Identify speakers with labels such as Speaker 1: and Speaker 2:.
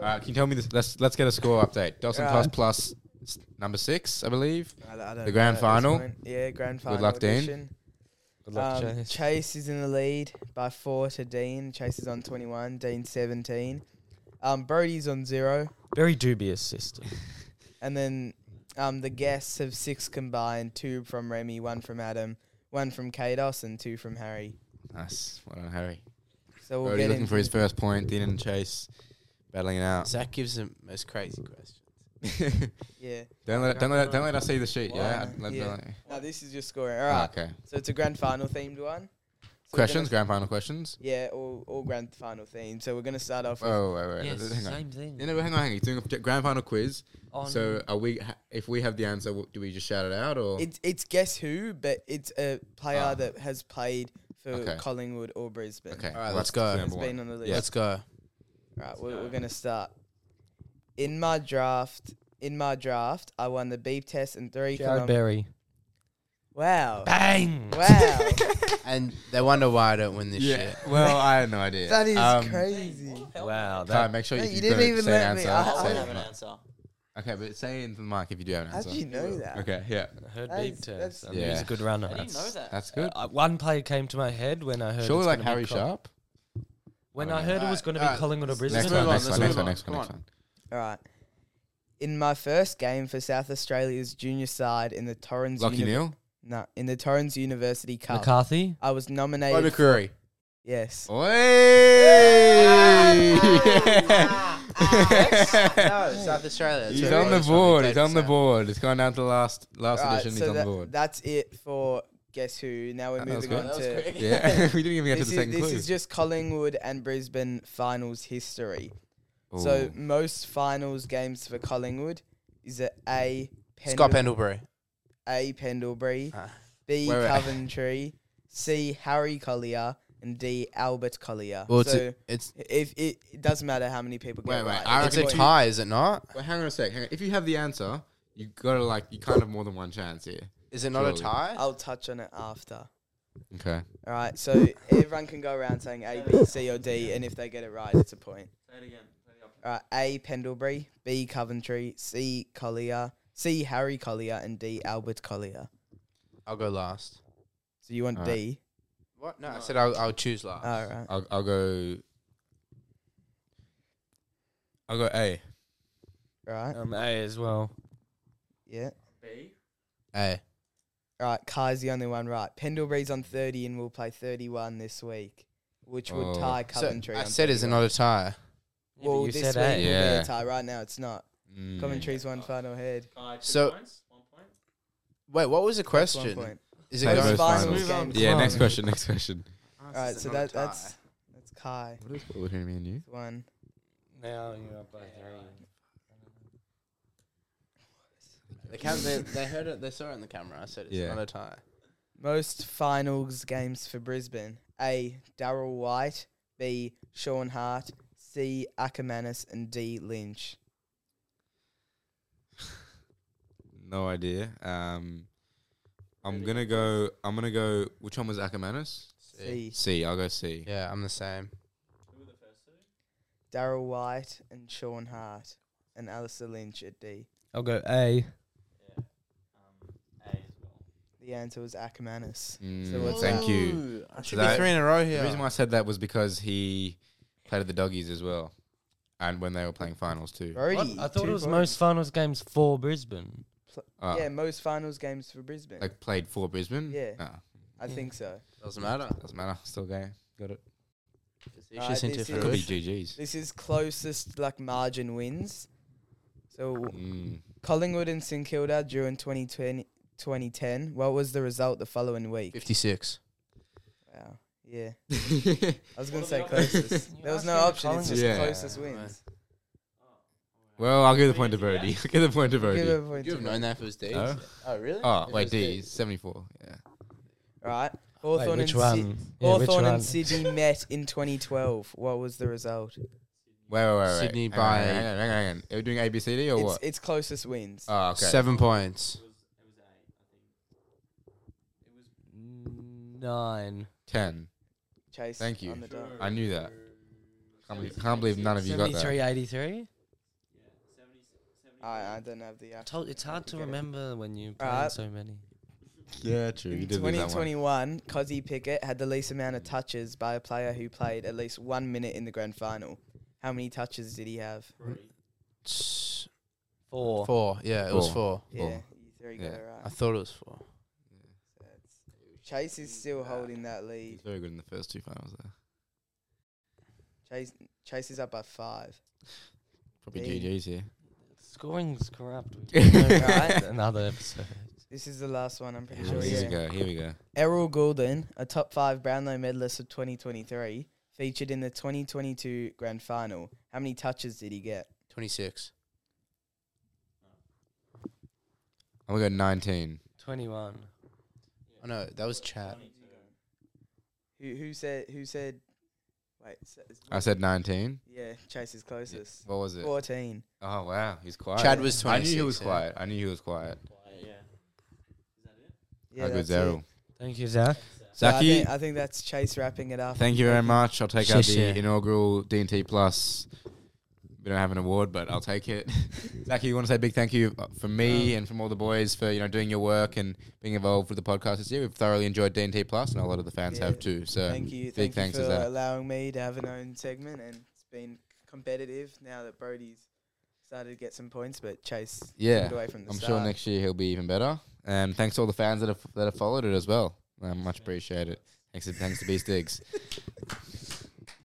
Speaker 1: Uh, can you tell me this? Let's let's get a score update. Dawson Plus Plus s- number six, I believe.
Speaker 2: I don't- I don't
Speaker 1: The grand
Speaker 2: know at this
Speaker 1: final?
Speaker 2: point. Yeah, grand final.
Speaker 1: luck, Dean.
Speaker 2: edition.
Speaker 3: Good luck,
Speaker 2: Um,
Speaker 3: Chase.
Speaker 2: Chase is in the lead by four to Dean. Chase is on 21, Dean 17. Um, Brody's on zero.
Speaker 3: Very dubious system.
Speaker 2: And then um, the guests have six combined two from Remy, one from Adam, one from Kados, and two from Harry.
Speaker 1: Nice. Well done, Harry.
Speaker 2: So we'll
Speaker 1: Brody
Speaker 2: get
Speaker 1: looking
Speaker 2: in.
Speaker 1: for his first point. Dean and Chase battling it out.
Speaker 4: Zach gives the most crazy questions.
Speaker 2: Yeah.
Speaker 1: don't let don't let don't let us see the sheet. Yeah.
Speaker 2: Why?
Speaker 1: Let-
Speaker 2: Yeah.
Speaker 1: let-
Speaker 2: Now, this is just scoring. All right.
Speaker 1: okay.
Speaker 2: So it's a grand final themed one. So we're
Speaker 1: Questions.
Speaker 2: gonna-
Speaker 1: Grand final questions.
Speaker 2: Yeah, all, all grand final themed. So we're going to start off with.
Speaker 1: Oh wait wait.
Speaker 3: Yes,
Speaker 1: hang on.
Speaker 3: same thing.
Speaker 1: No, no, hang on, hang on. You're doing a grand final quiz.
Speaker 3: On-
Speaker 1: So, are we? ha- If we have the answer, w- do we just shout it out, or
Speaker 2: It's it's guess who, but it's a player
Speaker 1: Ah.
Speaker 2: that has played for
Speaker 1: Okay.
Speaker 2: Collingwood or Brisbane.
Speaker 1: okay?
Speaker 4: All right,
Speaker 1: well, that's
Speaker 4: let's go.
Speaker 1: number
Speaker 2: Has
Speaker 1: one.
Speaker 2: been on the list.
Speaker 1: Yeah.
Speaker 4: Let's go.
Speaker 2: Right, we're, we're gonna start. In my draft, in my draft, I won the beep test and three.
Speaker 3: Jared
Speaker 2: kilom-
Speaker 3: Berry.
Speaker 2: Wow!
Speaker 3: Bang!
Speaker 2: Wow!
Speaker 4: And they wonder why I don't win this
Speaker 1: Yeah.
Speaker 4: shit.
Speaker 1: Well, I had no idea.
Speaker 2: that is
Speaker 1: Um,
Speaker 2: crazy.
Speaker 1: Ty,
Speaker 3: Wow. That,
Speaker 1: make sure
Speaker 2: No,
Speaker 1: you,
Speaker 2: you
Speaker 1: you
Speaker 2: didn't
Speaker 1: don't
Speaker 2: even
Speaker 1: say
Speaker 2: let
Speaker 1: an
Speaker 2: me-
Speaker 1: answer.
Speaker 2: I-
Speaker 1: Say
Speaker 2: I have
Speaker 1: it in the mic.
Speaker 4: answer.
Speaker 1: Okay, but say into the mic if you do have an
Speaker 2: How
Speaker 1: answer.
Speaker 2: did you know that?
Speaker 1: Okay, yeah.
Speaker 3: I heard
Speaker 2: That
Speaker 3: big
Speaker 2: is-
Speaker 3: turns.
Speaker 2: that's-
Speaker 3: I mean, He's
Speaker 1: Yeah.
Speaker 3: a good runner.
Speaker 5: I didn't know
Speaker 3: That's-
Speaker 5: that.
Speaker 1: That's good.
Speaker 3: uh, one player came to my head when I heard.
Speaker 1: Surely
Speaker 3: it's
Speaker 1: like
Speaker 3: gonna be
Speaker 1: Harry
Speaker 3: Col-
Speaker 1: Sharp?
Speaker 3: When
Speaker 1: Okay.
Speaker 3: I heard it was
Speaker 4: Alright,
Speaker 3: going to be
Speaker 4: alright,
Speaker 3: Collingwood or
Speaker 4: let's
Speaker 3: Brisbane.
Speaker 1: Next
Speaker 4: move
Speaker 1: one,
Speaker 4: on,
Speaker 1: next
Speaker 4: let's
Speaker 1: one, next
Speaker 4: move
Speaker 1: one,
Speaker 4: on,
Speaker 1: next one,
Speaker 4: come
Speaker 1: next
Speaker 4: on.
Speaker 1: one.
Speaker 2: All right. In my first game for South Australia's junior side in the Torrens
Speaker 1: Lockie
Speaker 2: Univ-
Speaker 1: Neal?
Speaker 2: no, in the Torrens University Cup,
Speaker 3: McCarthy.
Speaker 2: I was
Speaker 4: Bobby
Speaker 2: nominated.
Speaker 4: McCreary.
Speaker 2: Yes.
Speaker 1: Oi!
Speaker 4: No, South Australia. that's
Speaker 1: He's
Speaker 4: where
Speaker 1: on the
Speaker 4: Roger's from. He
Speaker 1: board.
Speaker 4: played
Speaker 1: He's
Speaker 4: for
Speaker 1: on the
Speaker 4: South.
Speaker 1: board. It's gone down to the last last
Speaker 2: Alright, so
Speaker 1: edition. He's on the
Speaker 2: that-
Speaker 1: board.
Speaker 2: That's it for guess who. Now we're
Speaker 1: That was
Speaker 2: moving
Speaker 1: good.
Speaker 2: on
Speaker 4: That was
Speaker 2: to
Speaker 4: quick.
Speaker 1: Yeah, we didn't even get to
Speaker 2: this,
Speaker 1: the
Speaker 2: is,
Speaker 1: second
Speaker 2: this
Speaker 1: clue.
Speaker 2: is just Collingwood and Brisbane finals history. So
Speaker 1: Ooh.
Speaker 2: most finals games for Collingwood is at A. Pendle,
Speaker 4: Scott Pendlebury.
Speaker 2: A. Pendlebury,
Speaker 4: Ah.
Speaker 2: B.
Speaker 1: Wait, wait.
Speaker 2: Coventry, C. Harry Collier, and D. Albert Collier.
Speaker 4: Well, it's,
Speaker 2: so
Speaker 4: a, it's,
Speaker 2: if it, it doesn't matter how many people
Speaker 1: Wait,
Speaker 2: get
Speaker 1: wait,
Speaker 2: right.
Speaker 1: I
Speaker 2: it's
Speaker 4: it's a
Speaker 2: what-
Speaker 4: tie, is it not?
Speaker 1: Well, hang on a sec. Hang on. If you have the answer, you gotta like you kind of more than one chance here.
Speaker 4: Is it not a
Speaker 1: Surely.
Speaker 4: tie?
Speaker 2: I'll touch on it after.
Speaker 1: Okay.
Speaker 2: All right, so everyone can go around saying A, B, C, or D, and if they get it right, it's a point. All right, A. Pendlebury, B. Coventry, C. Collier, C. Harry Collier, and D. Albert Collier.
Speaker 4: I'll go last.
Speaker 2: So you want
Speaker 1: All right.
Speaker 2: D?
Speaker 4: What? No, I said I'll, I'll choose last.
Speaker 2: All right.
Speaker 1: I'll I'll go. I'll go A.
Speaker 2: Right.
Speaker 3: Um, A as well.
Speaker 2: Yeah.
Speaker 4: Hey.
Speaker 2: All right. Kai's the only one right. Pendlebury's on 30 and will play 31 this week, which would
Speaker 1: Oh.
Speaker 2: tie
Speaker 4: So
Speaker 2: Coventry.
Speaker 4: I
Speaker 2: on
Speaker 4: said it's
Speaker 2: 31.
Speaker 4: not a tie.
Speaker 3: Yeah, but
Speaker 2: Well,
Speaker 3: you
Speaker 2: this
Speaker 3: said
Speaker 2: week
Speaker 3: A.
Speaker 2: will be
Speaker 1: Yeah.
Speaker 2: a tie. Right now, it's not.
Speaker 1: Mm.
Speaker 2: Coventry's one final head.
Speaker 4: So, wait, what was the
Speaker 2: That's
Speaker 4: question?
Speaker 2: One point.
Speaker 4: Is it
Speaker 1: Hey,
Speaker 2: Most
Speaker 1: those
Speaker 4: going
Speaker 1: finals.
Speaker 2: finals
Speaker 1: Move
Speaker 4: on.
Speaker 2: games.
Speaker 1: Yeah.
Speaker 3: Come
Speaker 1: Next
Speaker 3: on.
Speaker 1: question. Next question.
Speaker 2: All right. So that, that's that's Kai.
Speaker 1: What is what between me and you?
Speaker 2: One.
Speaker 3: Now you are by three.
Speaker 4: The cam- they, they heard it. They saw it on the camera. I said it's
Speaker 1: Yeah.
Speaker 4: not a tie.
Speaker 2: Most finals games for Brisbane. A. Darrell White. B. Sean Hart. C. Ackermanis. And D. Lynch.
Speaker 1: No idea. Um, I'm gonna go. I'm gonna go. Which one was Ackermanis?
Speaker 2: C.
Speaker 1: C. I'll go C.
Speaker 4: Yeah, I'm the same.
Speaker 2: Darrell White and Sean Hart. And Alistair Lynch at D.
Speaker 3: I'll go A.
Speaker 2: The answer was Ackermanis.
Speaker 1: Mm,
Speaker 2: So what's
Speaker 1: thank
Speaker 2: that?
Speaker 1: you.
Speaker 4: I
Speaker 1: So
Speaker 4: should
Speaker 1: that-
Speaker 4: be three in a row
Speaker 1: The reason
Speaker 4: here.
Speaker 1: why I said that was because he played at the doggies as well, and when they were playing finals too.
Speaker 2: Brody.
Speaker 3: What? I thought
Speaker 2: two
Speaker 3: it was
Speaker 2: points.
Speaker 3: most finals games for Brisbane.
Speaker 1: Uh,
Speaker 2: yeah, most finals games for Brisbane.
Speaker 1: Like played for Brisbane.
Speaker 2: Yeah.
Speaker 1: Uh,
Speaker 2: I think so.
Speaker 4: Doesn't matter.
Speaker 1: doesn't matter. Still game. Got it.
Speaker 2: Alright, this
Speaker 1: Could be
Speaker 2: is-
Speaker 1: GGs.
Speaker 2: This is closest like margin wins. So
Speaker 1: Mm.
Speaker 2: Collingwood and St Kilda drew in 2020, 2010. What was the result the following week?
Speaker 4: Fifty-six.
Speaker 2: Wow. Yeah.
Speaker 1: Mm.
Speaker 2: I was going to say closest. there was no
Speaker 3: asking
Speaker 2: option. It's just
Speaker 1: Collingwood. Yeah.
Speaker 2: closest wins.
Speaker 1: Well, I'll give the point to Brody. I'll give the point to
Speaker 2: Give
Speaker 1: Brody.
Speaker 2: it a point
Speaker 4: You
Speaker 2: to
Speaker 4: have
Speaker 2: Brody.
Speaker 4: known that if it was D's.
Speaker 1: No?
Speaker 4: Oh really?
Speaker 1: Oh,
Speaker 4: If it
Speaker 1: wait,
Speaker 4: was
Speaker 1: D. 74. Yeah.
Speaker 2: Right.
Speaker 3: Wait,
Speaker 2: Hawthorn and,
Speaker 3: which
Speaker 2: Si-
Speaker 3: one? Yeah, which
Speaker 2: Hawthorn
Speaker 3: one?
Speaker 2: and Sydney met in 2012. What was the result?
Speaker 1: Wait, wait, wait. wait.
Speaker 4: Sydney
Speaker 1: Hang on,
Speaker 4: by-
Speaker 1: Hang on, hang on, hang on. Are we doing ABCD or
Speaker 2: It's,
Speaker 1: what?
Speaker 2: it's closest wins.
Speaker 1: Oh, okay.
Speaker 4: Seven points.
Speaker 3: Nine.
Speaker 1: Ten.
Speaker 2: Chase.
Speaker 1: Thank you.
Speaker 2: On the dot.
Speaker 1: I knew that. Can't believe, can't believe none of you got that.
Speaker 3: 73, 83?
Speaker 2: I, I don't have the uh, actual.
Speaker 3: Told, it's hard to
Speaker 2: Get it.
Speaker 3: remember when you play
Speaker 2: Alright.
Speaker 3: so many.
Speaker 1: Yeah, true.
Speaker 2: In 2021, Cozzy Pickett had the least amount of touches by a player who played at least one minute in the grand final. How many touches did he have?
Speaker 4: It's
Speaker 3: Four.
Speaker 4: Four. Yeah, it was four.
Speaker 2: Yeah,
Speaker 1: Four.
Speaker 2: you three got
Speaker 1: Yeah.
Speaker 2: it
Speaker 4: I
Speaker 2: right.
Speaker 4: thought it was four.
Speaker 2: Chase is still holding that lead.
Speaker 1: He's very good in the first two finals there.
Speaker 2: Chase Chase is up by five.
Speaker 1: Probably
Speaker 2: Hey.
Speaker 1: GG's here.
Speaker 3: Scoring's corrupt. We can go back
Speaker 2: Alright.
Speaker 3: to Another episode.
Speaker 2: This is the last one. I'm pretty
Speaker 1: Yeah,
Speaker 2: sure.
Speaker 1: here
Speaker 2: Yeah.
Speaker 1: we go. Here we go.
Speaker 2: Errol Goulden, a top five Brownlow medalist of 2023, featured in the 2022 grand final. How many touches did he get?
Speaker 4: 26.
Speaker 1: I'm gonna go 19.
Speaker 3: 21.
Speaker 4: Oh, no, that was Chad.
Speaker 2: Who who said who said? Wait, s-
Speaker 1: I said 19.
Speaker 2: yeah, Chase is closest.
Speaker 1: What was it?
Speaker 2: 14.
Speaker 1: Oh wow, he's quiet.
Speaker 4: Chad was
Speaker 1: I knew he
Speaker 4: 26,
Speaker 1: was
Speaker 4: yeah.
Speaker 1: quiet. I knew he was quiet.
Speaker 2: Yeah,
Speaker 1: How good's
Speaker 2: that's it.
Speaker 1: Errol?
Speaker 3: Thank you, Zach.
Speaker 2: So I,
Speaker 1: Zaki,
Speaker 2: think, I think that's Chase wrapping it up.
Speaker 1: thank you very much. I'll take out
Speaker 3: Shit,
Speaker 1: the
Speaker 3: yeah.
Speaker 1: inaugural D&T Plus. We don't have an award, but I'll take it. Zaki, you want to say a big thank you uh, from
Speaker 2: Oh.
Speaker 1: me and from all the boys for you know doing your work and being involved with the podcast this year. We've thoroughly enjoyed D&T Plus, and a lot of the fans
Speaker 2: Yeah.
Speaker 1: have too. So
Speaker 2: Thank you.
Speaker 1: um, big
Speaker 2: Thank
Speaker 1: thanks
Speaker 2: you
Speaker 1: to
Speaker 2: for uh,
Speaker 1: Zach.
Speaker 2: allowing me to have an own segment, and it's been competitive now that Brody's started to get some points, but Chase took
Speaker 1: Yeah,
Speaker 2: it away from the
Speaker 1: I'm
Speaker 2: start.
Speaker 1: sure next year he'll be even better. And thanks to all the Uh, fans that have that have followed it as well. I much appreciate it. Thanks, to- thanks to B Stiggs.